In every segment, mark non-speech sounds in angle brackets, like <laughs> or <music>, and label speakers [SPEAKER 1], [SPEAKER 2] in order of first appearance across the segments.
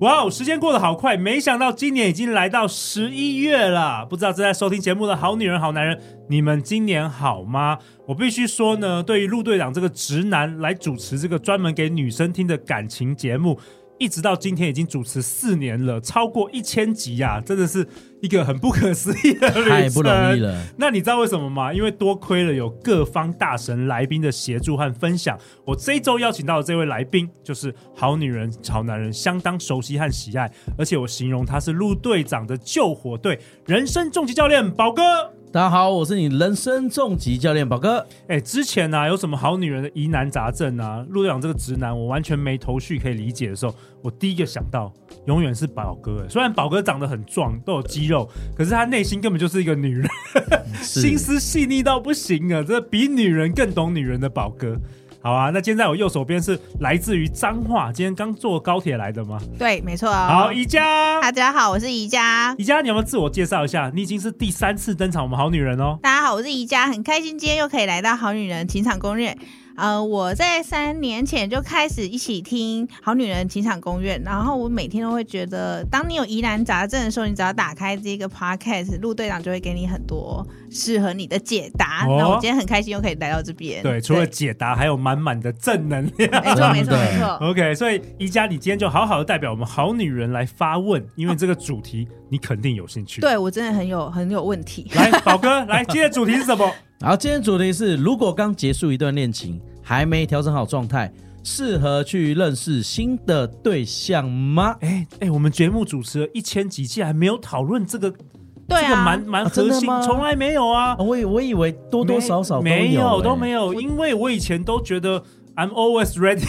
[SPEAKER 1] 哇哦，时间过得好快，没想到今年已经来到十一月了。不知道正在收听节目的好女人、好男人，你们今年好吗？我必须说呢，对于陆队长这个直男来主持这个专门给女生听的感情节目，一直到今天已经主持四年了，超过一千集呀、真的是一个很不可思议的旅程，
[SPEAKER 2] 太不容易了。
[SPEAKER 1] 那你知道为什么吗？因为多亏了有各方大神来宾的协助和分享，我这一周邀请到的这位来宾就是好女人、好男人相当熟悉和喜爱，而且我形容他是陆队长的救火队、人生重击教练宝哥。
[SPEAKER 2] <laughs> 大家好，我是你人生重疾教练宝哥。
[SPEAKER 1] 哎，之前呢、有什么好女人的疑难杂症啊？陆队长这个直男，我完全没头绪可以理解的时候，我第一个想到永远是宝哥、哎虽然宝哥长得很壮，都有肌肉，可是他内心根本就是一个女人。
[SPEAKER 2] 是
[SPEAKER 1] 心思细腻到不行啊！这比女人更懂女人的宝哥。好啊，那今天在我右手边是来自于彰化，今天刚坐高铁来的吗？
[SPEAKER 3] 对，没错。
[SPEAKER 1] 好，宜家
[SPEAKER 3] 大，家好，我是宜家。
[SPEAKER 1] 宜家，你有没有自我介绍一下？你已经是第三次登场我们好女人哦。
[SPEAKER 3] 大家好，我是宜家，很开心今天又可以来到《好女人情场攻略》。呃，我在三年前就开始一起听《好女人情场攻略》，然后我每天都会觉得，当你有疑难杂症的时候，你只要打开这个 podcast，陆队长就会给你很多适合你的解答。
[SPEAKER 1] 哦
[SPEAKER 3] 那我今天很开心又可以来到这边。
[SPEAKER 1] 对，除了解答，还有满满的正能
[SPEAKER 3] <laughs>
[SPEAKER 1] 量。
[SPEAKER 3] 没错，没
[SPEAKER 2] 真
[SPEAKER 3] 错，
[SPEAKER 2] 的
[SPEAKER 3] 没错。
[SPEAKER 1] OK，所以宜家，你今天就好好的代表我们好女人来发问，因为这个主题你肯定有兴趣。，
[SPEAKER 3] 对我真的很有很有问题。
[SPEAKER 1] 来，宝哥，来，今天的主题是什么？ <laughs>
[SPEAKER 2] 好，今天主题是：如果刚结束一段恋情，还没调整好状态，适合去认识新的对象吗？
[SPEAKER 1] 哎哎，我们节目主持了一千集，竟然没有讨论这个
[SPEAKER 3] 对
[SPEAKER 1] 这个
[SPEAKER 3] 啊
[SPEAKER 1] 蛮，蛮
[SPEAKER 2] 啊真
[SPEAKER 1] 核
[SPEAKER 2] 的
[SPEAKER 1] 心，
[SPEAKER 2] 吗
[SPEAKER 1] 从来没有啊
[SPEAKER 2] 啊，我以我以为多多少少都
[SPEAKER 1] 没没有
[SPEAKER 2] 有欸
[SPEAKER 1] 都没
[SPEAKER 2] 有。
[SPEAKER 1] 有，因为我以前都觉得 I'm always ready，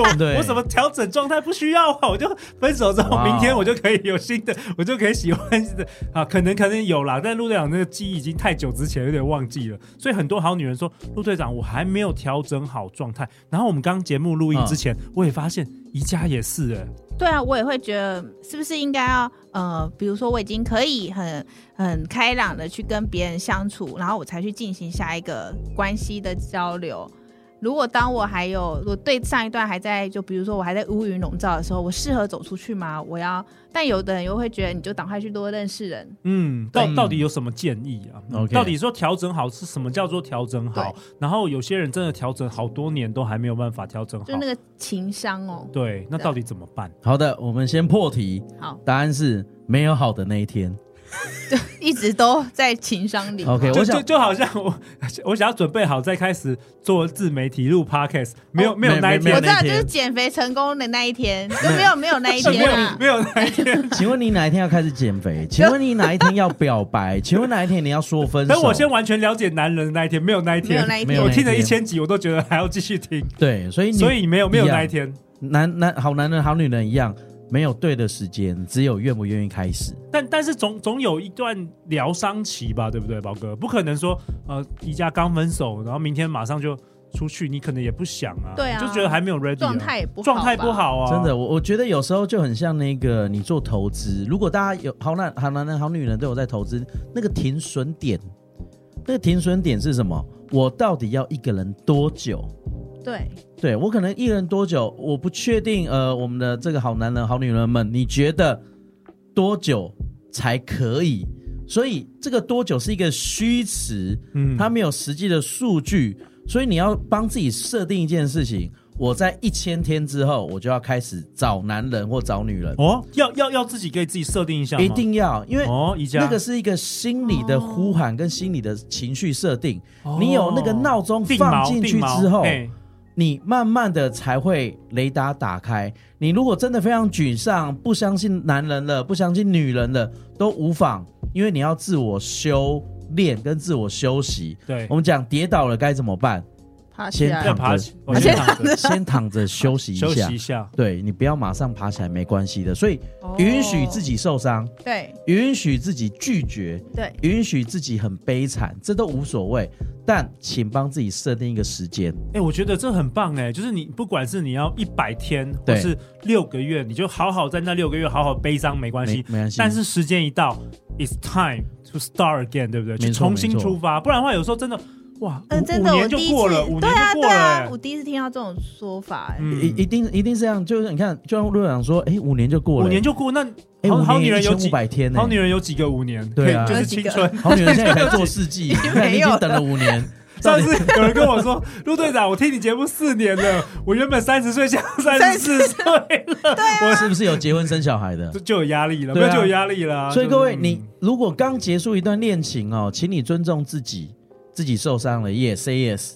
[SPEAKER 1] 我
[SPEAKER 2] 对
[SPEAKER 1] 我什么调整状态不需要啊，我就分手之后
[SPEAKER 2] 哇哦
[SPEAKER 1] 明天我就可以有新的，我就可以喜欢新的啊，可能可能有啦，但陆队长那个记忆已经太久之前有点忘记了，所以很多好女人说陆队长我还没有调整好状态，然后我们刚节目录音之前、我也发现宜家也是哎、
[SPEAKER 3] 对啊，我也会觉得是不是应该要呃，比如说我已经可以很很开朗的去跟别人相处，然后我才去进行下一个关系的交流。如果当我还有呃我对上一段还在就比如说我还在乌云笼罩的时候，我适合走出去吗？我要，但有的人又会觉得你就赶快去多认识人，
[SPEAKER 1] 嗯，到
[SPEAKER 2] 对嗯
[SPEAKER 1] 到底有什么建议啊？
[SPEAKER 2] OK
[SPEAKER 1] 到底说调整好是什么叫做调整好
[SPEAKER 3] 对？
[SPEAKER 1] 然后有些人真的调整好多年都还没有办法调整好，
[SPEAKER 3] 就那个情商哦。
[SPEAKER 1] 对，那到底怎么办？
[SPEAKER 2] 好的，我们先破题，
[SPEAKER 3] 好，
[SPEAKER 2] 答案是没有好的那一 <laughs> 天。
[SPEAKER 3] 一直都在情商里。
[SPEAKER 2] OK，
[SPEAKER 1] 就就
[SPEAKER 2] 我想
[SPEAKER 1] 就好像我 <laughs> 我想要准备好再开始做自媒体录 podcast，没有、没有
[SPEAKER 2] 哦没
[SPEAKER 1] 那一
[SPEAKER 2] 没
[SPEAKER 1] 天
[SPEAKER 2] 有
[SPEAKER 3] 我知
[SPEAKER 2] 那
[SPEAKER 3] 道，
[SPEAKER 2] 一
[SPEAKER 3] 就
[SPEAKER 2] 天
[SPEAKER 3] 是减肥成功的那一天，就没有没有那一
[SPEAKER 1] 是 <laughs> 没
[SPEAKER 3] 天
[SPEAKER 1] 有
[SPEAKER 3] 啊。
[SPEAKER 1] 没有那一
[SPEAKER 2] <laughs>
[SPEAKER 1] 天。
[SPEAKER 2] 请问你哪一天要开始减 <laughs> 肥？请问你哪一天要表白？请问哪一天你要说分 <laughs> 手？
[SPEAKER 1] 等我先完全了解男人的那一天，没有那一天，
[SPEAKER 3] 没有那一天
[SPEAKER 1] 我听了
[SPEAKER 2] 没有那一
[SPEAKER 1] 一
[SPEAKER 2] 天
[SPEAKER 1] 千集，我都觉得还要继续听，
[SPEAKER 2] 对，所以哎你
[SPEAKER 1] 所以没有没有那一天。
[SPEAKER 2] 男男好男人好女人一样，没有对的时间，只有愿不愿意开始。
[SPEAKER 1] 但但是总总有一段疗伤期吧，对不对，宝哥？不可能说呃，宜家刚分手，然后明天马上就出去，你可能也不想啊，
[SPEAKER 3] 对啊
[SPEAKER 1] 就觉得还没有 ready，啊
[SPEAKER 3] 状态也不好
[SPEAKER 1] 状态不
[SPEAKER 3] 吧
[SPEAKER 1] 好啊，
[SPEAKER 2] 真的，。我我觉得有时候就很像那个你做投资，如果大家有好男好男人好女人都有在投资，那个停损点，那个停损点是什么？我到底要一个人多久？
[SPEAKER 3] 对，
[SPEAKER 2] 对我可能一个人多久？我不确定。呃，我们的这个好男人好女人们，你觉得多久才可以？所以这个多久是一个虚词，
[SPEAKER 1] 嗯
[SPEAKER 2] 它没有实际的数据，所以你要帮自己设定一件事情：我在一千天之后，我就要开始找男人或找女人，
[SPEAKER 1] 哦，要要要自己给自己设定一下吗，
[SPEAKER 2] 一定要，因为
[SPEAKER 1] 哦，宜家
[SPEAKER 2] 那个是一个心理的呼喊跟心理的情绪设定。
[SPEAKER 1] 哦
[SPEAKER 2] 你有那个闹钟放进去
[SPEAKER 1] 定锚哎
[SPEAKER 2] 之后
[SPEAKER 1] 哦
[SPEAKER 2] 哎
[SPEAKER 1] 定锚嘿
[SPEAKER 2] 你慢慢的才会雷达打开。你如果真的非常沮丧，不相信男人了，不相信女人了，都无妨，因为你要自我修炼跟自我休息。
[SPEAKER 1] 对
[SPEAKER 2] 我们讲跌倒了该怎么办？
[SPEAKER 3] 爬起
[SPEAKER 2] 先
[SPEAKER 3] 来
[SPEAKER 1] 要
[SPEAKER 2] 躺
[SPEAKER 1] 爬
[SPEAKER 2] 着
[SPEAKER 1] 起，我先躺着
[SPEAKER 2] 先躺着休息
[SPEAKER 1] <laughs>
[SPEAKER 2] 一
[SPEAKER 1] 休
[SPEAKER 2] 下
[SPEAKER 1] 息一。下。
[SPEAKER 2] 对你不要马上爬起来，没关系的。所以
[SPEAKER 1] 哦
[SPEAKER 2] 允许自己受伤，
[SPEAKER 3] 对
[SPEAKER 2] 允许自己拒绝，
[SPEAKER 3] 对
[SPEAKER 2] 允许自己很悲惨，这都无所谓。但请帮自己设定一个时间，
[SPEAKER 1] 哎、我觉得这很棒哎、就是你不管是你要一百天或
[SPEAKER 2] 对
[SPEAKER 1] 是六个月，你就好好在那六个月好好悲伤没关系
[SPEAKER 2] 没，没关系
[SPEAKER 1] 但是时间一到，it's time to start again，对不对？
[SPEAKER 2] 错
[SPEAKER 1] 就重新
[SPEAKER 2] 没错
[SPEAKER 1] 出发，不然的话有时候真的哇，
[SPEAKER 3] 嗯，
[SPEAKER 1] 五
[SPEAKER 3] 真的，
[SPEAKER 1] 五
[SPEAKER 3] 我
[SPEAKER 1] 年就
[SPEAKER 3] 第一次，
[SPEAKER 1] 过了，五
[SPEAKER 3] 对
[SPEAKER 1] 年
[SPEAKER 3] 啊，
[SPEAKER 1] 就
[SPEAKER 3] 对
[SPEAKER 1] 过了、
[SPEAKER 3] 啊
[SPEAKER 1] 哎，
[SPEAKER 3] 我第一次听到这种说法、哎、
[SPEAKER 1] 嗯
[SPEAKER 2] 一、一定一定是这样。就是你看，就像陆队长说，哎，五年就过了，
[SPEAKER 1] 五年就过，那
[SPEAKER 2] 哎，
[SPEAKER 1] 好
[SPEAKER 2] 五
[SPEAKER 1] 好
[SPEAKER 2] 年
[SPEAKER 1] 女人有几
[SPEAKER 2] 五百天呢、
[SPEAKER 1] 好女人有几个五年？
[SPEAKER 2] 对啊
[SPEAKER 1] 可以就是
[SPEAKER 3] 有
[SPEAKER 1] 青
[SPEAKER 3] 几个
[SPEAKER 1] 春。
[SPEAKER 2] <laughs> 好女人现在
[SPEAKER 1] <laughs>
[SPEAKER 2] 才做世纪，
[SPEAKER 3] 经
[SPEAKER 2] 对你
[SPEAKER 3] 没
[SPEAKER 2] 已
[SPEAKER 3] 有
[SPEAKER 2] 经等了五年，
[SPEAKER 1] 上次有人跟我说，陆队长，我听你节目四年了，我原本三十岁，现在三十四岁了，
[SPEAKER 2] 我是不是有结婚生小孩的
[SPEAKER 1] 这？就有压力了，
[SPEAKER 2] 对啊
[SPEAKER 1] 那就有压力了。
[SPEAKER 2] 所以
[SPEAKER 1] 就是
[SPEAKER 2] 各位，
[SPEAKER 1] 嗯
[SPEAKER 2] 你如果刚结束一段恋情哦，请你尊重自己，自己受伤了，yes say yes，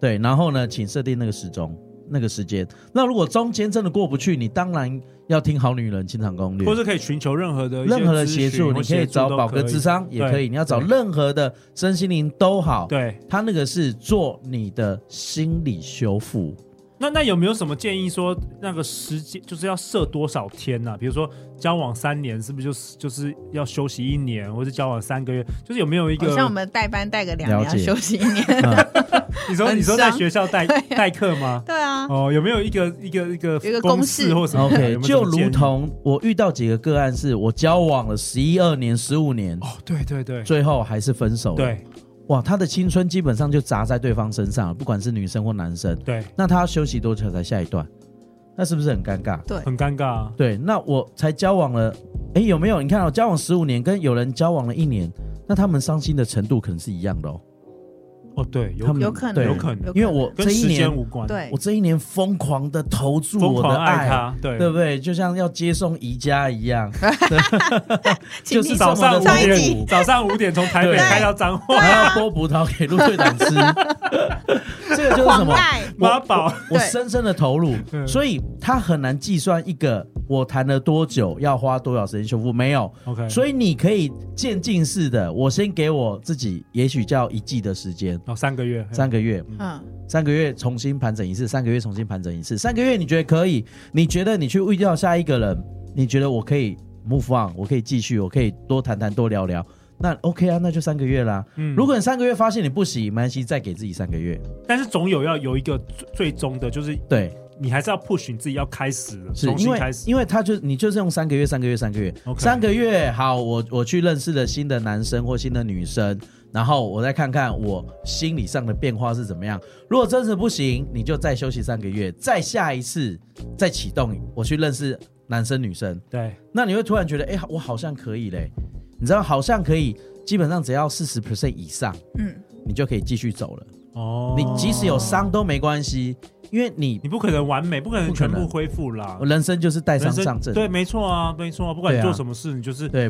[SPEAKER 2] 对，然后呢，请设定那个时钟。那个时间，那如果中间真的过不去，你当然要听好女人清场攻略，
[SPEAKER 1] 嗯或是可以寻求任何的一些
[SPEAKER 2] 任何的
[SPEAKER 1] 咨
[SPEAKER 2] 协
[SPEAKER 1] 询
[SPEAKER 2] 助，
[SPEAKER 1] 或
[SPEAKER 2] 你可以
[SPEAKER 1] 协
[SPEAKER 2] 找
[SPEAKER 1] 都
[SPEAKER 2] 宝
[SPEAKER 1] 可
[SPEAKER 2] 哥
[SPEAKER 1] 以
[SPEAKER 2] 智商也可
[SPEAKER 1] 对
[SPEAKER 2] 以，你要找
[SPEAKER 1] 对
[SPEAKER 2] 任何的身心灵都好，，
[SPEAKER 1] 对。
[SPEAKER 2] 他那个是做你的心理修
[SPEAKER 1] <laughs>
[SPEAKER 2] 复，
[SPEAKER 1] 那那有没有什么建议说那个时间就是要设多少天呢、比如说交往三年，是不是就是就是要休息一年，或者交往三个月，就是有没有一
[SPEAKER 3] 好
[SPEAKER 1] 个？
[SPEAKER 3] 像我们代班带个两
[SPEAKER 2] 了
[SPEAKER 3] 年要
[SPEAKER 2] 解
[SPEAKER 3] 休息一
[SPEAKER 1] <laughs>
[SPEAKER 3] 年，
[SPEAKER 2] 嗯
[SPEAKER 1] 你说
[SPEAKER 3] 很
[SPEAKER 1] 你说在
[SPEAKER 3] 伤
[SPEAKER 1] 学校代代课吗？
[SPEAKER 3] 对啊，
[SPEAKER 1] 哦，有没有一个一个一个
[SPEAKER 3] 有一个
[SPEAKER 1] 公
[SPEAKER 3] 公
[SPEAKER 1] 式
[SPEAKER 3] 式
[SPEAKER 1] 或什么的？
[SPEAKER 2] OK，
[SPEAKER 1] 有没有
[SPEAKER 2] 就
[SPEAKER 1] 什么建
[SPEAKER 2] 如
[SPEAKER 1] 议
[SPEAKER 2] 同我遇到几个个案是，我交往了十一二年、十五年，
[SPEAKER 1] 哦，对对对
[SPEAKER 2] 最后还是分手。，
[SPEAKER 1] 对
[SPEAKER 2] 哇，他的青春基本上就砸在对方身上了，不管是女生或男生。
[SPEAKER 1] 对，
[SPEAKER 2] 那他要休息多久才下一段？那是不是很尴尬？
[SPEAKER 3] 对，
[SPEAKER 1] 很尴尬啊。
[SPEAKER 2] 对，那我才交往了，哎，有没有？你看哦，交往十五年，跟有人交往了一年，那他们伤心的程度可能是一样的哦。
[SPEAKER 1] 哦，对，有
[SPEAKER 2] 他们
[SPEAKER 3] 有可能，
[SPEAKER 2] 对
[SPEAKER 1] 有可能
[SPEAKER 2] 因为我
[SPEAKER 1] 跟
[SPEAKER 2] 这一
[SPEAKER 1] 时间
[SPEAKER 2] 年，
[SPEAKER 1] 无关，，
[SPEAKER 3] 对
[SPEAKER 2] 我，这一年疯狂的投注
[SPEAKER 1] 疯
[SPEAKER 2] 我的
[SPEAKER 1] 狂
[SPEAKER 2] 爱，
[SPEAKER 1] 他，对
[SPEAKER 2] 对不对？就像要接送宜家一
[SPEAKER 3] <laughs>
[SPEAKER 2] 样，
[SPEAKER 3] 请
[SPEAKER 2] 就是
[SPEAKER 3] 听
[SPEAKER 2] 找
[SPEAKER 1] 早上
[SPEAKER 2] 上
[SPEAKER 1] 五
[SPEAKER 3] 上一集啊
[SPEAKER 1] 点，早上五点从台北
[SPEAKER 2] 对
[SPEAKER 1] 开到彰化，
[SPEAKER 2] 还要剥葡萄给陆队长
[SPEAKER 3] <laughs>
[SPEAKER 2] 吃，这个就是什
[SPEAKER 3] 狂
[SPEAKER 2] 么？
[SPEAKER 3] 爱，
[SPEAKER 2] 我
[SPEAKER 1] 妈宝
[SPEAKER 2] 我
[SPEAKER 3] 对
[SPEAKER 2] 深深的投入，
[SPEAKER 1] 嗯
[SPEAKER 2] 所以他很难计算一个我谈了多久，要花多少时间修复，没有。
[SPEAKER 1] ，OK，
[SPEAKER 2] 所以你可以渐进式的，我先给我自己，也许叫一季的时间，
[SPEAKER 1] 哦三个月，
[SPEAKER 2] 三个月，
[SPEAKER 3] 嗯，
[SPEAKER 2] 三个月重新盘整一次，三个月重新盘整一次，三个月你觉得可以？你觉得你去遇到下一个人，你觉得我可以 move on，我可以继续，我可以多谈谈多聊聊，那 OK 啊，那就三个月啦。
[SPEAKER 1] 嗯
[SPEAKER 2] 如果你三个月发现你不行，没关系，再给自己三个月。
[SPEAKER 1] 但是总有要有一个最最终的，就是
[SPEAKER 2] 对，
[SPEAKER 1] 你还是要 push 你自己要开始了，
[SPEAKER 2] 是
[SPEAKER 1] 重
[SPEAKER 2] 因
[SPEAKER 1] 新
[SPEAKER 2] 为
[SPEAKER 1] 开始，
[SPEAKER 2] 因为他就你就是用三个月、三个月、三个月、
[SPEAKER 1] OK
[SPEAKER 2] 三个月。好，我我去认识了新的男生或新的女生，然后我再看看我心理上的变化是怎么样。如果真是不行，你就再休息三个月，再下一次再启动，我去认识男生女生。
[SPEAKER 1] 对，
[SPEAKER 2] 那你会突然觉得，哎、我好像可以嘞，你知道，好像可以，基本上只要四十 percent 以上，
[SPEAKER 3] 嗯，
[SPEAKER 2] 你就可以继续走了。
[SPEAKER 1] 哦，
[SPEAKER 2] 你即使有伤都没关系，因为你
[SPEAKER 1] 你不可能完美，不可能
[SPEAKER 2] 不可
[SPEAKER 1] 全
[SPEAKER 2] 能
[SPEAKER 1] 部恢复啦，
[SPEAKER 2] 人生就是带伤
[SPEAKER 1] 人
[SPEAKER 2] 上
[SPEAKER 1] 生
[SPEAKER 2] 阵。
[SPEAKER 1] 对，没错啊，没错啊，不管你
[SPEAKER 2] 对啊
[SPEAKER 1] 做什么事，你就是，
[SPEAKER 2] 对，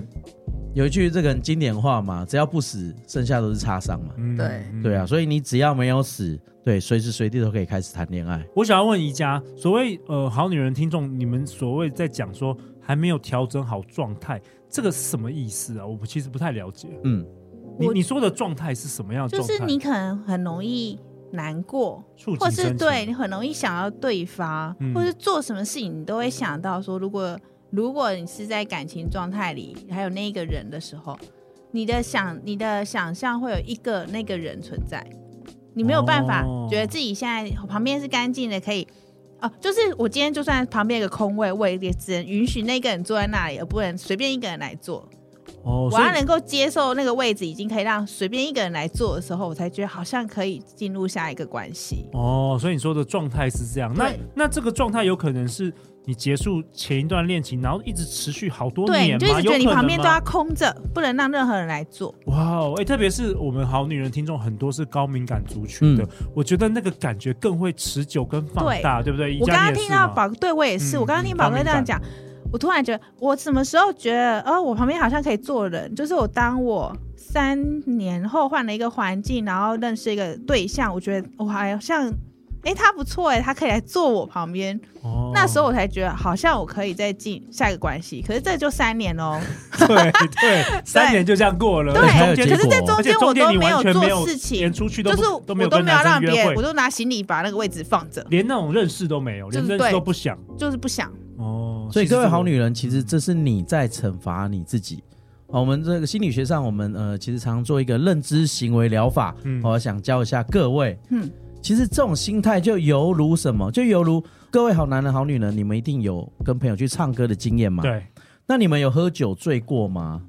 [SPEAKER 2] 有一句这个很经典话嘛，只要不死，剩下都是擦伤嘛。
[SPEAKER 1] 嗯
[SPEAKER 3] 对
[SPEAKER 2] 对啊，，所以你只要没有死，对，随时随地都可以开始谈恋爱。
[SPEAKER 1] 我想要问宜家，所谓呃好女人听众，你们所谓在讲说还没有调整好状态，这个是什么意思啊？我其实不太了解。
[SPEAKER 2] 嗯，
[SPEAKER 1] 你
[SPEAKER 3] 我
[SPEAKER 1] 你说的状态是什么样的
[SPEAKER 3] 就
[SPEAKER 1] 状态？
[SPEAKER 3] 是你可能很容易难过，
[SPEAKER 1] 触景
[SPEAKER 3] 或是
[SPEAKER 1] 生情
[SPEAKER 3] 对你很容易想到对方，
[SPEAKER 1] 嗯
[SPEAKER 3] 或是做什么事情你都会想到说，如果如果你是在感情状态里还有那个人的时候，你的想你的想象会有一个那个人存在，你没有办法
[SPEAKER 1] 哦
[SPEAKER 3] 觉得自己现在旁边是干净的，可以。哦，就是我今天就算旁边有个空位，我也只能允许那个人坐在那里，而不能随便一个人来坐。
[SPEAKER 1] 哦，
[SPEAKER 3] 我
[SPEAKER 1] 所
[SPEAKER 3] 要
[SPEAKER 1] 以
[SPEAKER 3] 能够接受那个位置，已经可以让随便一个人来做的时候，我才觉得好像可以进入下一个关系。
[SPEAKER 1] 哦，所以你说的状态是这样。那
[SPEAKER 3] 对
[SPEAKER 1] 那这个状态有可能是你结束前一段恋情，然后一直持续好多
[SPEAKER 3] 对，
[SPEAKER 1] 年
[SPEAKER 3] 你
[SPEAKER 1] 吗？
[SPEAKER 3] 就一直觉得你
[SPEAKER 1] 有可能吗
[SPEAKER 3] 旁边都要空着，不能让任何人来做。
[SPEAKER 1] 哇哦，哎、特别是我们好女人听众很多是高敏感族群
[SPEAKER 2] 嗯
[SPEAKER 1] 的，我觉得那个感觉更会持久跟放大，对不对？宜
[SPEAKER 3] 我
[SPEAKER 1] 家
[SPEAKER 3] 刚刚
[SPEAKER 1] 你也
[SPEAKER 3] 听
[SPEAKER 1] 是吗
[SPEAKER 3] 到宝，对我也是，
[SPEAKER 1] 嗯
[SPEAKER 3] 我刚刚听宝哥这样讲，我突然觉得，我什么时候觉得，哦，我旁边好像可以坐人，就是我当我三年后换了一个环境，然后认识一个对象，我觉得我好像哎、他不错哎、他可以来坐我旁边。
[SPEAKER 1] 哦
[SPEAKER 3] 那时候我才觉得，好像我可以再进下一个关系。可是这就三年喽，
[SPEAKER 1] <laughs> 对对，三年就这样过了，
[SPEAKER 3] 对
[SPEAKER 2] 还有
[SPEAKER 1] 中间
[SPEAKER 2] 结
[SPEAKER 3] 可是在
[SPEAKER 2] 果
[SPEAKER 3] 中
[SPEAKER 1] 而且
[SPEAKER 3] 间我
[SPEAKER 1] 中
[SPEAKER 3] 都
[SPEAKER 1] 间你
[SPEAKER 3] 没
[SPEAKER 1] 完全没有
[SPEAKER 3] 做事情
[SPEAKER 1] 连，出去都
[SPEAKER 3] 就
[SPEAKER 1] 不
[SPEAKER 3] 是
[SPEAKER 1] 都
[SPEAKER 3] 我
[SPEAKER 1] 没有
[SPEAKER 3] 都
[SPEAKER 1] 跟
[SPEAKER 3] 没有
[SPEAKER 1] 男
[SPEAKER 3] 让
[SPEAKER 1] 生
[SPEAKER 3] 别
[SPEAKER 1] 约
[SPEAKER 3] 人，我
[SPEAKER 1] 会，
[SPEAKER 3] 都拿行李把那个位置放着，
[SPEAKER 1] 连那种认识都没有，连
[SPEAKER 3] 就是
[SPEAKER 1] 认识都
[SPEAKER 3] 对
[SPEAKER 1] 不想。
[SPEAKER 3] 就是不想。
[SPEAKER 1] 哦，
[SPEAKER 2] 所以
[SPEAKER 1] 其实
[SPEAKER 2] 各位
[SPEAKER 1] 这个嗯
[SPEAKER 2] 好女人，其实这是你在惩罚你自己。哦，我们这个心理学上，我们呃，其实常做一个认知行为疗法。
[SPEAKER 1] 嗯
[SPEAKER 2] 我、想教一下各位，
[SPEAKER 3] 嗯，
[SPEAKER 2] 其实这种心态就犹如什么？就犹如各位好男人、好女人，你们一定有跟朋友去唱歌的经验嘛？。
[SPEAKER 1] 对，
[SPEAKER 2] 那你们有喝酒醉过吗？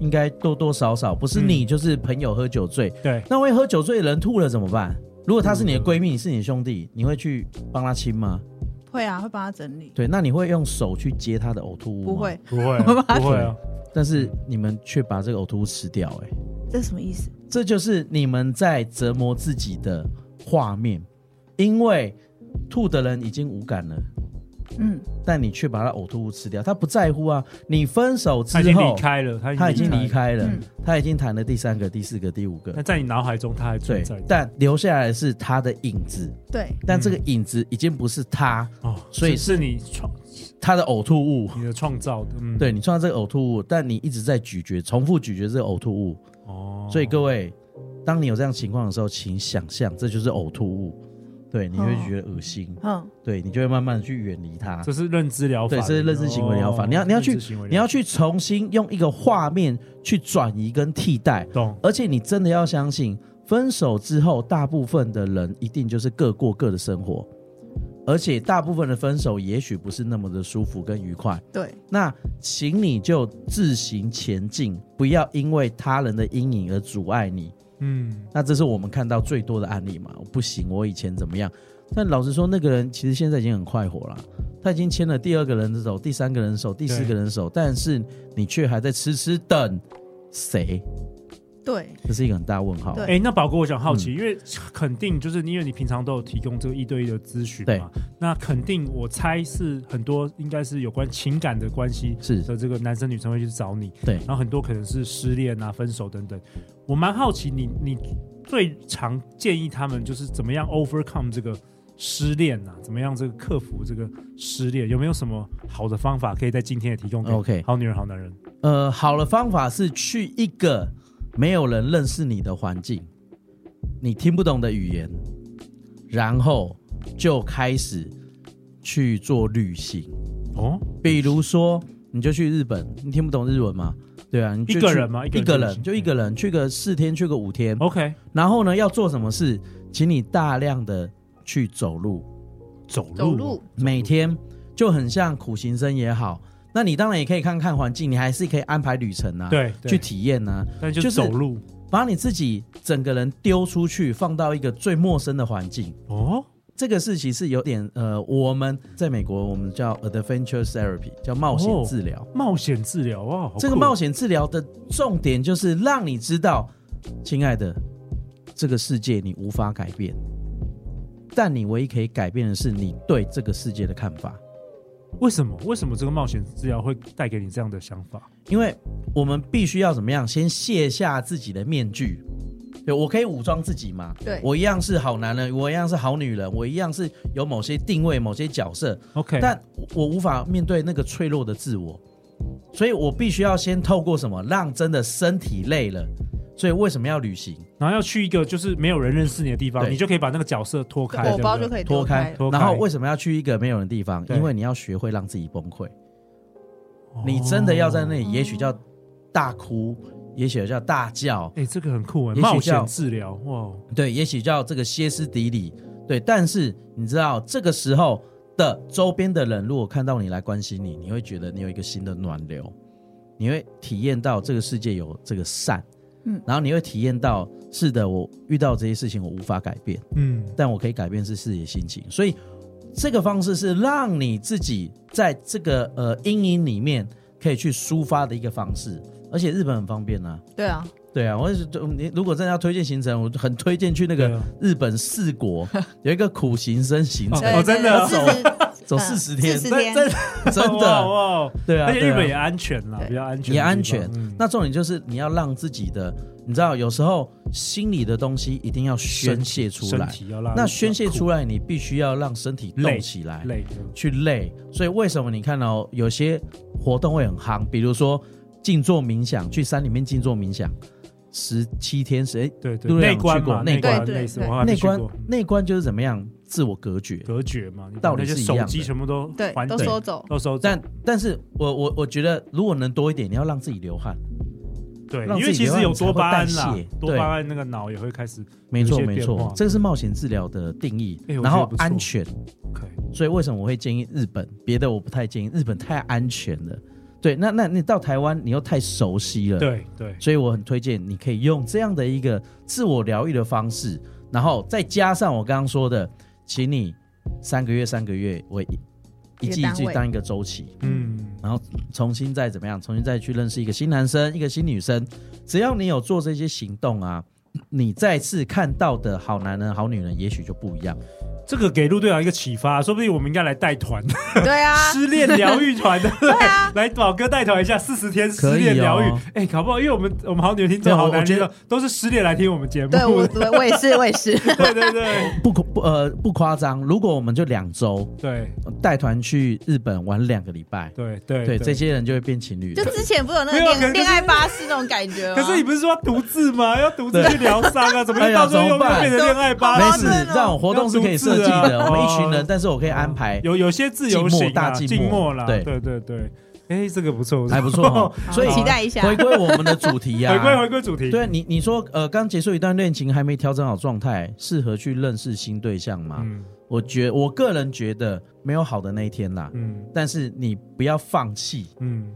[SPEAKER 2] 应该多多少少，不是
[SPEAKER 1] 嗯
[SPEAKER 2] 你、就是朋友喝酒醉。
[SPEAKER 1] 对，
[SPEAKER 2] 那万一喝酒醉的人吐了怎么办？如果他是你的闺蜜，你是你的兄弟，你会去帮他亲吗？
[SPEAKER 3] 会啊，会帮他整理，
[SPEAKER 2] 对，那你会用手去接他的呕吐物吗？
[SPEAKER 3] 不会，，
[SPEAKER 1] 不会啊不会啊，
[SPEAKER 2] 但是你们却把这个呕吐物吃掉、欸，
[SPEAKER 3] 这什么意思？
[SPEAKER 2] 这就是你们在折磨自己的画面，因为吐的人已经无感了，
[SPEAKER 3] 嗯，
[SPEAKER 2] 但你却把他呕吐物吃掉，他不在乎啊。你分手之
[SPEAKER 1] 他已经离
[SPEAKER 2] 后，
[SPEAKER 1] 开了，他
[SPEAKER 2] 他已经离
[SPEAKER 1] 了。
[SPEAKER 2] 开了
[SPEAKER 3] 嗯，
[SPEAKER 2] 他已经谈了第三个、第四个、第五
[SPEAKER 1] 那
[SPEAKER 2] 个，
[SPEAKER 1] 在你脑海中，他还
[SPEAKER 2] 对
[SPEAKER 1] 存在，。
[SPEAKER 2] 但留下来的是他的影子，
[SPEAKER 3] 对，
[SPEAKER 2] 但这个影子已经不是他，
[SPEAKER 1] 哦，
[SPEAKER 2] 所以
[SPEAKER 1] 是是你创
[SPEAKER 2] 他的呕吐物。
[SPEAKER 1] 你的创造的，嗯，
[SPEAKER 2] 对你创造这个呕吐物，但你一直在咀嚼，重复咀嚼这个呕吐物，
[SPEAKER 1] 哦，
[SPEAKER 2] 所以各位，当你有这样情况的时候，请想象这就是呕吐物，对，你会觉得恶心，
[SPEAKER 3] 嗯，
[SPEAKER 2] 对你就会慢慢的去远离它。
[SPEAKER 1] 这是认知疗法，
[SPEAKER 2] 对，这是认知行为疗法。
[SPEAKER 1] 哦
[SPEAKER 2] 你要你要去
[SPEAKER 1] 认知行为疗法
[SPEAKER 2] 你要去重新用一个画面去转移跟替代，
[SPEAKER 1] 懂，
[SPEAKER 2] 而且你真的要相信，分手之后，大部分的人一定就是各过各的生活，而且大部分的分手也许不是那么的舒服跟愉快。
[SPEAKER 3] 对，
[SPEAKER 2] 那请你就自行前进，不要因为他人的阴影而阻碍你。
[SPEAKER 1] 嗯，
[SPEAKER 2] 那这是我们看到最多的案例嘛？不行，我以前怎么样？但老实说，那个人其实现在已经很快活了，他已经牵了第二个人的手、第三个人的手、第四个人的手，但是你却还在痴痴等谁？
[SPEAKER 3] 对，
[SPEAKER 2] 这是一个很大问号。
[SPEAKER 3] 对
[SPEAKER 1] 哎，那宝哥，我想好奇，因为肯定就是因为你平常都有提供这个一对一的咨询
[SPEAKER 2] 对
[SPEAKER 1] 嘛，那肯定我猜是很多应该是有关情感的关系
[SPEAKER 2] 是
[SPEAKER 1] 的这个男生女生会去找你，
[SPEAKER 2] 对
[SPEAKER 1] 然后很多可能是失恋啊、分手等等。我蛮好奇你，你最常建议他们就是怎么样 overcome 这个失恋啊，怎么样这个克服这个失恋，有没有什么好的方法可以在今天也提供给
[SPEAKER 2] OK
[SPEAKER 1] 好女人、好男人？
[SPEAKER 2] 呃，好的方法是去一个没有人认识你的环境，你听不懂的语言，然后就开始去做旅行。
[SPEAKER 1] 哦，
[SPEAKER 2] 比如说，你就去日本，你听不懂日文吗？对啊，你就
[SPEAKER 1] 一个
[SPEAKER 2] 去
[SPEAKER 1] 人吗一
[SPEAKER 2] 一
[SPEAKER 1] 个人
[SPEAKER 2] 个
[SPEAKER 1] 旅
[SPEAKER 2] 人
[SPEAKER 1] 行
[SPEAKER 2] 就一个人去个四天，去个五天。
[SPEAKER 1] ，OK，
[SPEAKER 2] 然后呢，要做什么事，请你大量的去走路，
[SPEAKER 1] 走路，
[SPEAKER 3] 走路，
[SPEAKER 2] 每天就很像苦行僧也好。那你当然也可以看看环境，你还是可以安排旅程啊，，
[SPEAKER 1] 对，
[SPEAKER 2] 去
[SPEAKER 1] 对，
[SPEAKER 2] 体验啊，
[SPEAKER 1] 但就
[SPEAKER 2] 就是
[SPEAKER 1] 走路。
[SPEAKER 2] 把你自己整个人丢出去，放到一个最陌生的环境。
[SPEAKER 1] 哦，
[SPEAKER 2] 这个事情是有点呃，我们在美国我们叫 adventure therapy，叫冒险治疗。
[SPEAKER 1] 冒险治疗啊，好
[SPEAKER 2] 这个
[SPEAKER 1] 酷
[SPEAKER 2] 冒险治疗的重点就是让你知道，亲爱的，这个世界你无法改变，但你唯一可以改变的是你对这个世界的看法。
[SPEAKER 1] 为什么？为什么这个冒险治疗会带给你这样的想法？
[SPEAKER 2] 因为我们必须要怎么样，先卸下自己的面具。对，我可以武装自己嘛？
[SPEAKER 3] 对
[SPEAKER 2] 我一样是好男人，我一样是好女人，我一样是有某些定位、某些角色，
[SPEAKER 1] OK，
[SPEAKER 2] 但我我无法面对那个脆弱的自我，所以我必须要先透过什么，让真的身体累了。所以为什么要旅行？
[SPEAKER 1] 然后要去一个就是没有人认识你的地方，
[SPEAKER 2] 对
[SPEAKER 1] 你就可以把那个角色脱开，
[SPEAKER 3] 火包
[SPEAKER 1] 对
[SPEAKER 3] 就
[SPEAKER 1] 不对
[SPEAKER 3] 可以
[SPEAKER 2] 脱
[SPEAKER 3] 开
[SPEAKER 2] 开
[SPEAKER 3] 了，
[SPEAKER 1] 脱开
[SPEAKER 2] 然后为什么要去一个没有人的地方？
[SPEAKER 1] 对
[SPEAKER 2] 因为你要学会让自己崩溃。
[SPEAKER 1] 哦
[SPEAKER 2] 你真的要在那里，也许叫大哭，也许叫大叫，
[SPEAKER 1] 哎、这个很酷哎，
[SPEAKER 2] 也许
[SPEAKER 1] 冒险
[SPEAKER 2] 叫
[SPEAKER 1] 治疗哇哦！
[SPEAKER 2] 对，也许叫这个歇斯底里，对。但是你知道，这个时候的周边的人如果看到你来关心你，你会觉得你有一个新的暖流，你会体验到这个世界有这个善，
[SPEAKER 3] 嗯
[SPEAKER 2] 然后你会体验到，是的，我遇到这些事情我无法改变，
[SPEAKER 1] 嗯，
[SPEAKER 2] 但我可以改变是自己的心情，所以这个方式是让你自己在这个呃阴影里面可以去抒发的一个方式，而且日本很方便啊。
[SPEAKER 3] 对啊，
[SPEAKER 2] 对啊，我也是对你如果真的要推荐行程，我很推荐去那
[SPEAKER 1] 对
[SPEAKER 2] 个
[SPEAKER 1] 啊
[SPEAKER 2] 日本四 <laughs> 国有一个苦行僧行程，
[SPEAKER 3] 对
[SPEAKER 1] 哦真的啊
[SPEAKER 3] 对对
[SPEAKER 2] 走
[SPEAKER 3] 嗯
[SPEAKER 2] 四十天，
[SPEAKER 3] 40
[SPEAKER 2] 真
[SPEAKER 3] 这边
[SPEAKER 1] 真 <laughs>
[SPEAKER 2] 真
[SPEAKER 1] 哇哦
[SPEAKER 2] 的，
[SPEAKER 1] 哇哦！
[SPEAKER 2] 对啊，
[SPEAKER 1] 而且日本
[SPEAKER 2] 对
[SPEAKER 1] 也
[SPEAKER 2] 啊
[SPEAKER 1] 安全啦，
[SPEAKER 3] 对
[SPEAKER 1] 比较安全的地方，
[SPEAKER 2] 也安全
[SPEAKER 1] 嗯。
[SPEAKER 2] 那重点就是你要让自己的，你知道有时候心里的东西一定要宣泄出
[SPEAKER 1] 身
[SPEAKER 2] 来。
[SPEAKER 1] 体要让
[SPEAKER 2] 那宣泄出
[SPEAKER 1] 来
[SPEAKER 2] 来，你必须要让身体动起来，
[SPEAKER 1] 累，
[SPEAKER 2] 去累。所以为什么你看到、有些活动会很夯，比如说静坐冥想，去山里面静坐冥想，十七天十
[SPEAKER 1] 对对，
[SPEAKER 2] 陆
[SPEAKER 1] 内
[SPEAKER 2] 队长
[SPEAKER 1] 观
[SPEAKER 2] 啊去过
[SPEAKER 1] 嘛，
[SPEAKER 2] 内
[SPEAKER 3] 观
[SPEAKER 1] 观
[SPEAKER 3] 对
[SPEAKER 1] 类
[SPEAKER 3] 对
[SPEAKER 1] 似，
[SPEAKER 3] 对
[SPEAKER 1] 我
[SPEAKER 2] 哎
[SPEAKER 1] 还没
[SPEAKER 2] 内
[SPEAKER 1] 去
[SPEAKER 2] 观
[SPEAKER 1] 过
[SPEAKER 2] 内观就是怎么样自我隔绝。
[SPEAKER 1] 隔绝嘛，你把
[SPEAKER 2] 道理
[SPEAKER 1] 那些
[SPEAKER 2] 是一
[SPEAKER 1] 手
[SPEAKER 2] 样
[SPEAKER 1] 机
[SPEAKER 2] 的
[SPEAKER 1] 全部都
[SPEAKER 3] 对，
[SPEAKER 1] 还
[SPEAKER 3] 都
[SPEAKER 1] 给
[SPEAKER 3] 收走，
[SPEAKER 1] 都收走，
[SPEAKER 2] 但但是我我我觉得，如果能多一点，你要让自己流汗，
[SPEAKER 1] 对，
[SPEAKER 2] 让
[SPEAKER 1] 因为
[SPEAKER 2] 自
[SPEAKER 1] 其
[SPEAKER 2] 己
[SPEAKER 1] 实
[SPEAKER 2] 流
[SPEAKER 1] 有
[SPEAKER 2] 汗才
[SPEAKER 1] 多巴
[SPEAKER 2] 会代
[SPEAKER 1] 胺啦
[SPEAKER 2] 谢，
[SPEAKER 1] 多巴胺那个脑也会开始
[SPEAKER 2] 没
[SPEAKER 1] 有一
[SPEAKER 2] 错
[SPEAKER 1] 些
[SPEAKER 2] 没
[SPEAKER 1] 变
[SPEAKER 2] 错
[SPEAKER 1] 化，
[SPEAKER 2] 这个是冒险治疗的定义
[SPEAKER 1] 哎我觉得，
[SPEAKER 2] 然后
[SPEAKER 1] 不错
[SPEAKER 2] 安全，
[SPEAKER 1] OK，
[SPEAKER 2] 所以为什么我会建议日本？别的我不太建议，日本太安全了。对，那那你到台湾，你又太熟悉了，，
[SPEAKER 1] 对对，
[SPEAKER 2] 所以我很推荐你可以用这样的一个自我疗愈的方式，然后再加上我刚刚说的，请你三个月三个月为一一
[SPEAKER 3] 一个
[SPEAKER 2] 季一
[SPEAKER 3] 单
[SPEAKER 2] 季
[SPEAKER 3] 位
[SPEAKER 2] 当一个周期，
[SPEAKER 1] 嗯，
[SPEAKER 2] 然后重新再怎么样，重新再去认识一个新男生、一个新女生。只要你有做这些行动啊， <clears throat> 你再次看到的好男人、好女人，也许就不一样。
[SPEAKER 1] 这个给陆队长一个启发，说不定我们应该来带团，
[SPEAKER 3] 对啊，
[SPEAKER 1] <laughs> 失恋疗愈团，对不对
[SPEAKER 3] <laughs> 对
[SPEAKER 1] <laughs>
[SPEAKER 3] 啊？
[SPEAKER 1] 来宝哥带团一下，四十天失
[SPEAKER 2] 可以
[SPEAKER 1] 恋疗愈
[SPEAKER 2] 哦，
[SPEAKER 1] 哎，搞不好因为我们我们好女人听众、
[SPEAKER 2] 对我
[SPEAKER 1] 好男人听
[SPEAKER 2] 我
[SPEAKER 1] 众都是失恋来听我们节目，<laughs>
[SPEAKER 3] 对我我我也是我也是， <laughs>
[SPEAKER 1] 对对对
[SPEAKER 2] 不不呃不夸张，如果我们就两周
[SPEAKER 1] 对
[SPEAKER 2] 带团去日本玩两个礼拜，
[SPEAKER 1] 对对
[SPEAKER 2] 对这。些人就会变情侣
[SPEAKER 3] 就
[SPEAKER 2] 了。
[SPEAKER 3] 之前不是有那个
[SPEAKER 1] 没有可是
[SPEAKER 3] 恋恋爱巴士那种感觉吗？
[SPEAKER 1] 可是你不是说要独自吗？要独自去疗伤啊？怎么
[SPEAKER 2] 哎
[SPEAKER 1] 又
[SPEAKER 2] 呀
[SPEAKER 1] 到最后又
[SPEAKER 2] 怎么办
[SPEAKER 1] 变成恋爱巴
[SPEAKER 2] 没
[SPEAKER 1] 士
[SPEAKER 2] 事？，这种活动是可以设
[SPEAKER 1] 要
[SPEAKER 2] 计
[SPEAKER 1] 独自啊
[SPEAKER 2] 的。我们一群人，但是我可以安排，
[SPEAKER 1] 有有些自由行、啊、
[SPEAKER 2] 寂寞大寂寞
[SPEAKER 1] 啦，
[SPEAKER 2] 对
[SPEAKER 1] 对对对，哎，这个不错，
[SPEAKER 2] 还不错
[SPEAKER 1] <laughs>
[SPEAKER 2] 哦。所以
[SPEAKER 3] 期待一下，
[SPEAKER 2] 回归我们的主题呀，
[SPEAKER 1] 回归回归主题，
[SPEAKER 2] 对你，你说呃，刚结束一段恋情，还没调整好状态，适合去认识新对象吗？
[SPEAKER 1] 嗯
[SPEAKER 2] 我觉我个人觉得没有好的那一天啦，
[SPEAKER 1] 嗯
[SPEAKER 2] 但是你不要放弃，
[SPEAKER 1] 嗯，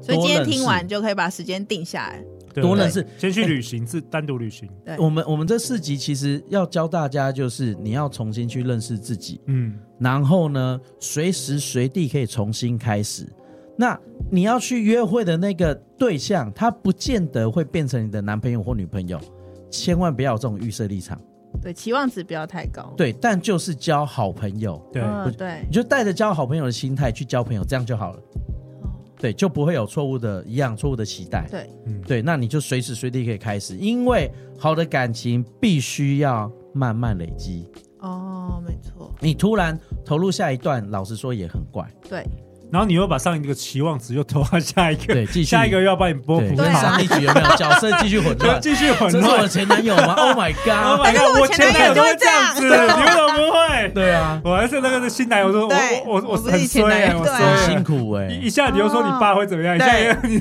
[SPEAKER 3] 所以今天
[SPEAKER 2] 多认识
[SPEAKER 3] 听完就可以把时间定下来。
[SPEAKER 1] 对
[SPEAKER 2] 多
[SPEAKER 1] 对
[SPEAKER 2] 认识
[SPEAKER 1] 先去旅行，自单独旅行，
[SPEAKER 3] 对
[SPEAKER 2] 我们我们这四集其实要教大家，就是你要重新去认识自己，
[SPEAKER 1] 嗯，
[SPEAKER 2] 然后呢，随时随地可以重新开始。那你要去约会的那个对象，他不见得会变成你的男朋友或女朋友，千万不要有这种预设立场。
[SPEAKER 3] 对，期望值不要太高。
[SPEAKER 2] 对，但就是交好朋友，
[SPEAKER 1] 对，
[SPEAKER 3] 嗯，对
[SPEAKER 2] 你，就带着交好朋友的心态去交朋友，这样就好了。对，就不会有错误的一样错误的期待。
[SPEAKER 3] 嗯对，
[SPEAKER 1] 嗯
[SPEAKER 2] 对，那你就随时随地可以开始，因为好的感情必须要慢慢累积。
[SPEAKER 3] 哦，没错，
[SPEAKER 2] 你突然投入下一段，老实说也很怪。
[SPEAKER 3] 对，
[SPEAKER 1] 然后你又把上一个期望值又投到下一个，
[SPEAKER 2] 对继续
[SPEAKER 1] 下一个又要帮你波
[SPEAKER 2] 对，
[SPEAKER 1] 补
[SPEAKER 2] 跟
[SPEAKER 1] 好，
[SPEAKER 2] 上一局有没有角色继续混
[SPEAKER 1] 啊 <laughs> 就
[SPEAKER 2] 乱？
[SPEAKER 1] 继续混
[SPEAKER 2] 这是我
[SPEAKER 1] 乱
[SPEAKER 2] 的。前男友吗？Oh my
[SPEAKER 1] Oh
[SPEAKER 2] god！
[SPEAKER 1] <laughs> my
[SPEAKER 3] 但是
[SPEAKER 1] god，
[SPEAKER 3] 我
[SPEAKER 1] 我
[SPEAKER 3] 前
[SPEAKER 1] 前男友
[SPEAKER 3] 男友就
[SPEAKER 1] 都会
[SPEAKER 3] 会
[SPEAKER 1] 这样子，
[SPEAKER 3] 这
[SPEAKER 1] 你
[SPEAKER 3] 样
[SPEAKER 1] 为什么不会？
[SPEAKER 2] 对啊，
[SPEAKER 1] 我还是那个是新男友说，我
[SPEAKER 3] 对
[SPEAKER 1] 我我
[SPEAKER 3] 我不是
[SPEAKER 1] 很
[SPEAKER 3] 以前
[SPEAKER 1] 衰欸，
[SPEAKER 3] 男友
[SPEAKER 1] 我
[SPEAKER 3] 对啊
[SPEAKER 1] 衰
[SPEAKER 2] 很辛
[SPEAKER 1] 欸。
[SPEAKER 2] 苦哎，
[SPEAKER 1] 一一下你又说你爸会怎么样，一下又你，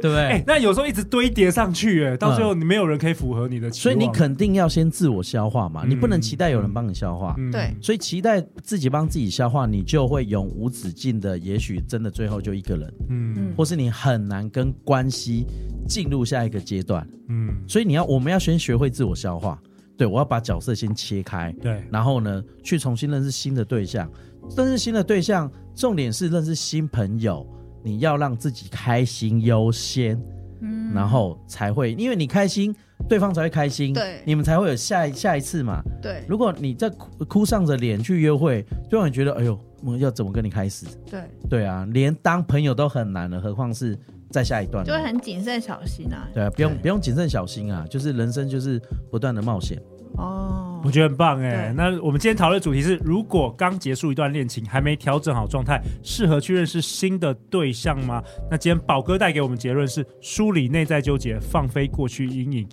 [SPEAKER 2] 对不
[SPEAKER 1] 哎
[SPEAKER 2] 对，？
[SPEAKER 1] 那有时候一直堆叠上去，哎，到最后你没有人可以符合你的期
[SPEAKER 2] 所以
[SPEAKER 1] 望，
[SPEAKER 2] 你肯定要先自我消化嘛，你不能期待有人
[SPEAKER 1] 嗯
[SPEAKER 2] 帮你消化。
[SPEAKER 1] 嗯
[SPEAKER 3] 对
[SPEAKER 2] 所以期待自己帮自己消化，你就会永无止境的，也许真的最后就一个人，
[SPEAKER 1] 嗯
[SPEAKER 2] 或是你很难跟关系进入下一个阶段。
[SPEAKER 1] 嗯，
[SPEAKER 2] 所以你要，我们要先学会自我消化。对我要把角色先切开，
[SPEAKER 1] 对，
[SPEAKER 2] 然后呢，去重新认识新的对象。认识新的对象，重点是认识新朋友。你要让自己开心优先，
[SPEAKER 3] 嗯
[SPEAKER 2] 然后才会，因为你开心，对方才会开心，
[SPEAKER 3] 对
[SPEAKER 2] 你们才会有下一下一次嘛。
[SPEAKER 3] 对
[SPEAKER 2] 如果你在哭哭丧着脸去约会，就让你觉得，哎呦，我要怎么跟你开始？
[SPEAKER 3] 对，
[SPEAKER 2] 对啊，连当朋友都很难了，何况是在下一段呢
[SPEAKER 3] 就会很谨慎小心啊。
[SPEAKER 2] 对啊，不用
[SPEAKER 3] 对
[SPEAKER 2] 不用谨慎小心啊，就是人生就是不断的冒险。
[SPEAKER 3] 哦
[SPEAKER 1] 我，觉得很棒哎
[SPEAKER 3] 对。
[SPEAKER 1] 那我们今天讨论的主题是：如果刚结束一段恋情，还没调整好状态，适合去认识新的对象吗？那今天宝哥带给我们结论是：梳理内在纠结，放飞过去阴影，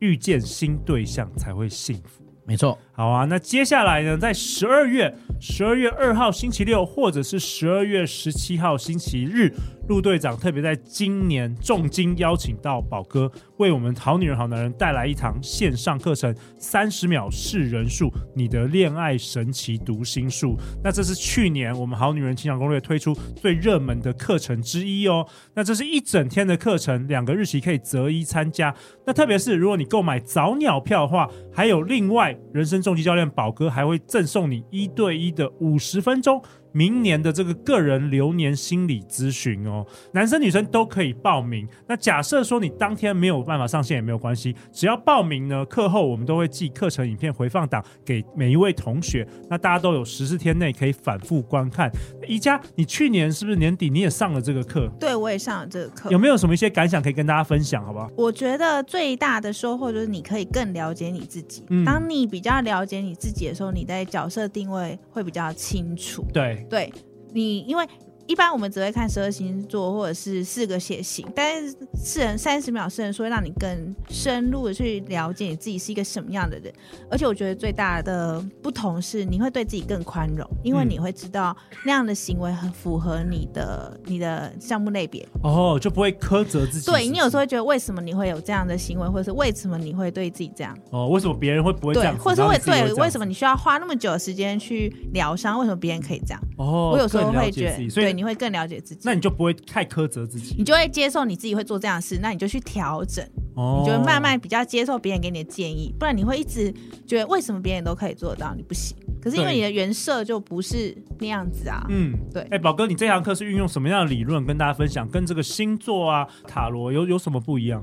[SPEAKER 1] 遇见新对象才会幸福。
[SPEAKER 2] 没错，
[SPEAKER 1] 好啊，那接下来呢，在十二月十二月二号星期六，或者是十二月十七号星期日，陆队长特别在今年重金邀请到宝哥，为我们好女人好男人带来一堂线上课程，三十秒是人数，你的恋爱神奇读心术。那这是去年我们好女人情场攻略推出最热门的课程之一哦。那这是一整天的课程，两个日期可以择一参加。那特别是如果你购买早鸟票的话，还有另外人生重击教练宝哥还会赠送你一对一的五十分钟明年的这个个人流年心理咨询哦，男生女生都可以报名。那假设说你当天没有办法上线也没有关系，只要报名呢，课后我们都会寄课程影片回放档给每一位同学，那大家都有十四天内可以反复观看。宜家，你去年是不是年底你也上了这个课？
[SPEAKER 3] 对我也上了这个课
[SPEAKER 1] 有。没有什么一些感想可以跟大家分享，好不好？
[SPEAKER 3] 我觉得最大的收获就是你可以更了解你自己。
[SPEAKER 1] 嗯
[SPEAKER 3] 当你比较了解你自己的时候，你在角色定位会比较清楚。
[SPEAKER 1] 对，
[SPEAKER 3] 对你，因为一般我们只会看十二星座或者是四个血型，但是四人三十秒四人说会让你更深入的去了解你自己是一个什么样的人。而且我觉得最大的不同是，你会对自己更宽容，因为
[SPEAKER 1] 嗯
[SPEAKER 3] 你会知道那样的行为很符合你的你的项目类别。
[SPEAKER 1] 哦，就不会苛责自己。
[SPEAKER 3] 对你有时候会觉得为什么你会有这样的行为，或者是为什么你会对自己这样？
[SPEAKER 1] 哦，为什么别人会不会这
[SPEAKER 3] 对
[SPEAKER 1] 样，子？
[SPEAKER 3] 或者是为对为
[SPEAKER 1] 么
[SPEAKER 3] 什么你需要花那么久的时间去疗伤？为什么别人可以这样？
[SPEAKER 1] 哦，
[SPEAKER 3] 我有时候
[SPEAKER 1] 更了
[SPEAKER 3] 会
[SPEAKER 1] 解
[SPEAKER 3] 觉
[SPEAKER 1] 自己
[SPEAKER 3] 得，
[SPEAKER 1] 所
[SPEAKER 3] 对，
[SPEAKER 1] 以
[SPEAKER 3] 你会更了解自己。
[SPEAKER 1] 那你就不会太苛责自己，
[SPEAKER 3] 你就会接受你自己会做这样的事，那你就去调整，
[SPEAKER 1] 哦
[SPEAKER 3] 你就会慢慢比较接受别人给你的建议，不然你会一直觉得为什么别人都可以做到，你不行。可是因为
[SPEAKER 1] 对
[SPEAKER 3] 你的人设就不是那样子啊。
[SPEAKER 1] 嗯，
[SPEAKER 3] 对
[SPEAKER 1] 哎、宝哥，你这堂课是运用什么样的理论跟大家分享？跟这个星座啊、塔罗有有什么不一样？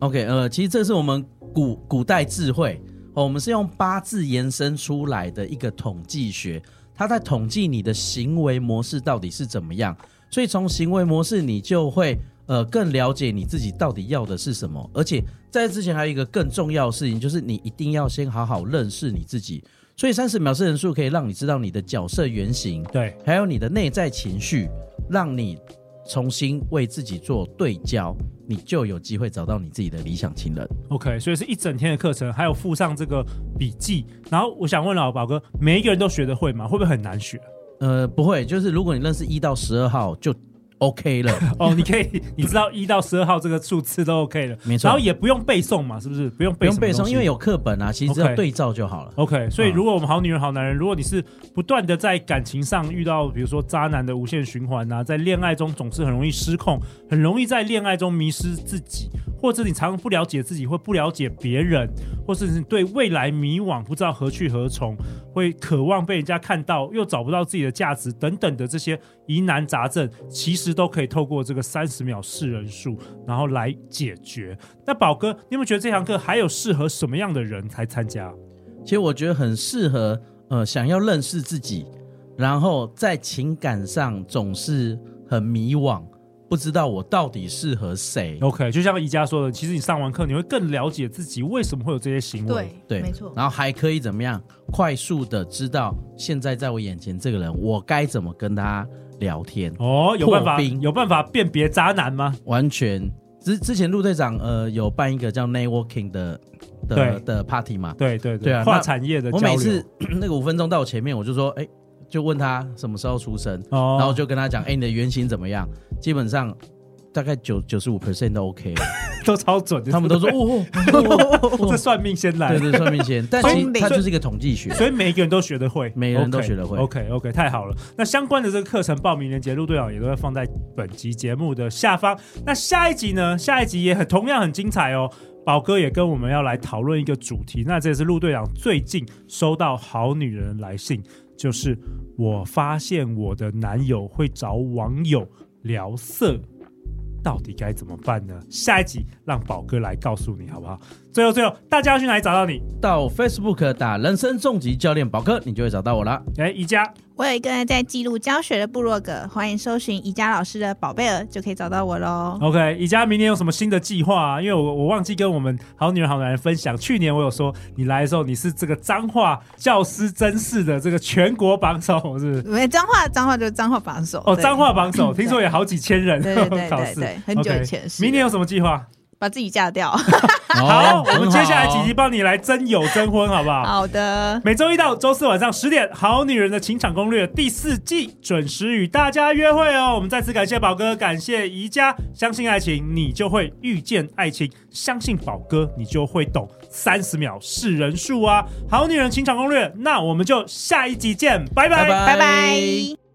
[SPEAKER 2] OK，呃，其实这是我们古古代智慧哦，我们是用八字延伸出来的一个统计学，它在统计你的行为模式到底是怎么样，所以从行为模式你就会呃更了解你自己到底要的是什么，而且在这之前还有一个更重要的事情，就是你一定要先好好认识你自己。所以三十秒是人数可以让你知道你的角色原型，
[SPEAKER 1] 对，
[SPEAKER 2] 还有你的内在情绪，让你重新为自己做对焦，你就有机会找到你自己的理想情人。
[SPEAKER 1] OK，所以是一整天的课程，还有附上这个笔记。然后我想问老宝哥，每一个人都学得会吗？会不会很难学？
[SPEAKER 2] 呃，不会，就是如果你认识一到十二号就
[SPEAKER 1] <laughs>
[SPEAKER 2] OK 了。
[SPEAKER 1] 哦，你可以，你知道一到十二号这个数字都 OK 了，
[SPEAKER 2] <laughs> 没错
[SPEAKER 1] 然后也不用背诵嘛，是不是？不用
[SPEAKER 2] 不
[SPEAKER 1] 背
[SPEAKER 2] 用
[SPEAKER 1] 什么
[SPEAKER 2] 背
[SPEAKER 1] 东
[SPEAKER 2] 诵，
[SPEAKER 1] 西
[SPEAKER 2] 因为有课本啊，其实只要
[SPEAKER 1] OK
[SPEAKER 2] 对照就好了。
[SPEAKER 1] OK，所以如果我们好女人、好男人，如果你是不断的在感情上遇到，比如说渣男的无限循环啊，在恋爱中总是很容易失控，很容易在恋爱中迷失自己，或者你常常不了解自己，或不了解别人，或是你对未来迷惘，不知道何去何从，会渴望被人家看到，又找不到自己的价值等等的这些疑难杂症，其实都可以透过这个三十秒试人术，然后来解决。那宝哥，你有没有觉得这堂课还有适合什么样的人才参加？
[SPEAKER 2] 其实我觉得很适合，呃，想要认识自己，然后在情感上总是很迷惘，不知道我到底适合谁。
[SPEAKER 1] OK，就像宜家说的，其实你上完课，你会更了解自己为什么会有这些行为。
[SPEAKER 3] 对，
[SPEAKER 2] 对，
[SPEAKER 3] 没错。
[SPEAKER 2] 然后还可以怎么样？快速的知道现在在我眼前这个人，我该怎么跟他聊天？
[SPEAKER 1] 哦，有办法
[SPEAKER 2] 破冰
[SPEAKER 1] 有办法辨别渣男吗？
[SPEAKER 2] 完全之之前陆队长呃有办一个叫 networking 的
[SPEAKER 1] 对
[SPEAKER 2] 的的 party 嘛，
[SPEAKER 1] 对对对，
[SPEAKER 2] 对啊
[SPEAKER 1] 跨
[SPEAKER 2] 那
[SPEAKER 1] 产业的
[SPEAKER 2] 我
[SPEAKER 1] 交流。
[SPEAKER 2] 每次 <coughs> 那个五分钟到我前面，我就说，哎、就问他什么时候出生，
[SPEAKER 1] 哦，
[SPEAKER 2] 然后就跟他讲，哎、你的原型怎么样？基本上大概九九十五 percent 都
[SPEAKER 1] <laughs>
[SPEAKER 2] OK，了
[SPEAKER 1] <laughs> 都超准的，
[SPEAKER 2] 他们都
[SPEAKER 1] <laughs>
[SPEAKER 2] 说，
[SPEAKER 1] 对
[SPEAKER 2] 哦，
[SPEAKER 1] 不 <laughs> 对这算命先来。
[SPEAKER 2] 对对，算命先，但其实
[SPEAKER 3] 聪明
[SPEAKER 2] 它就是一个统计学。
[SPEAKER 1] 所以每一个人都学得会，
[SPEAKER 2] 每个人都学得会
[SPEAKER 1] OK OK，, 太好了。那相关的这个课程报名链接，陆队长也都会放在本集节目的下方。那下一集呢？下一集也很同样很精彩哦。宝哥也跟我们要来讨论一个主题，那这也是陆队长最近收到好女人来信，就是我发现我的男友会找网友聊色，到底该怎么办呢？下一集让宝哥来告诉你好不好？最后最后，大家要去哪里找到你？
[SPEAKER 2] 到 Facebook 打“人生重疾教练宝哥”，你就会找到
[SPEAKER 1] <laughs>
[SPEAKER 2] 我了。
[SPEAKER 1] 哎，宜家。
[SPEAKER 3] 我有一个在记录教学的部落格，欢迎搜寻宜家老师的宝贝儿，就可以找到我喽。
[SPEAKER 1] OK，宜家明年有什么新的计划啊？因为我我忘记跟我们好女人好男人分享，去年我有说你来的时候你是这个彰化教师真试的这个全国榜首，是不是？
[SPEAKER 3] 没脏话，脏话就是脏话榜首。
[SPEAKER 1] 哦，
[SPEAKER 3] 对
[SPEAKER 1] 彰化榜首，听说有好几千人
[SPEAKER 3] 对
[SPEAKER 1] <laughs>
[SPEAKER 3] 对对
[SPEAKER 1] 考
[SPEAKER 3] 对
[SPEAKER 1] 试
[SPEAKER 3] 对，很久
[SPEAKER 1] OK，
[SPEAKER 3] 以前的事
[SPEAKER 1] 明年有什么计划？
[SPEAKER 3] 把自己嫁掉。
[SPEAKER 1] 好，
[SPEAKER 2] 哦好啊
[SPEAKER 1] 我们接下来几集帮你来真有真婚，好不好？
[SPEAKER 3] 好的，
[SPEAKER 1] 每周一到周四晚上十点，《好女人的情场攻略》第四季准时与大家约会哦。我们再次感谢宝哥，感谢宜家，相信爱情，你就会遇见爱情；相信宝哥，你就会懂三十秒是人数啊。《好女人情场攻略》，那我们就下一集见，拜
[SPEAKER 2] 拜
[SPEAKER 3] 拜拜。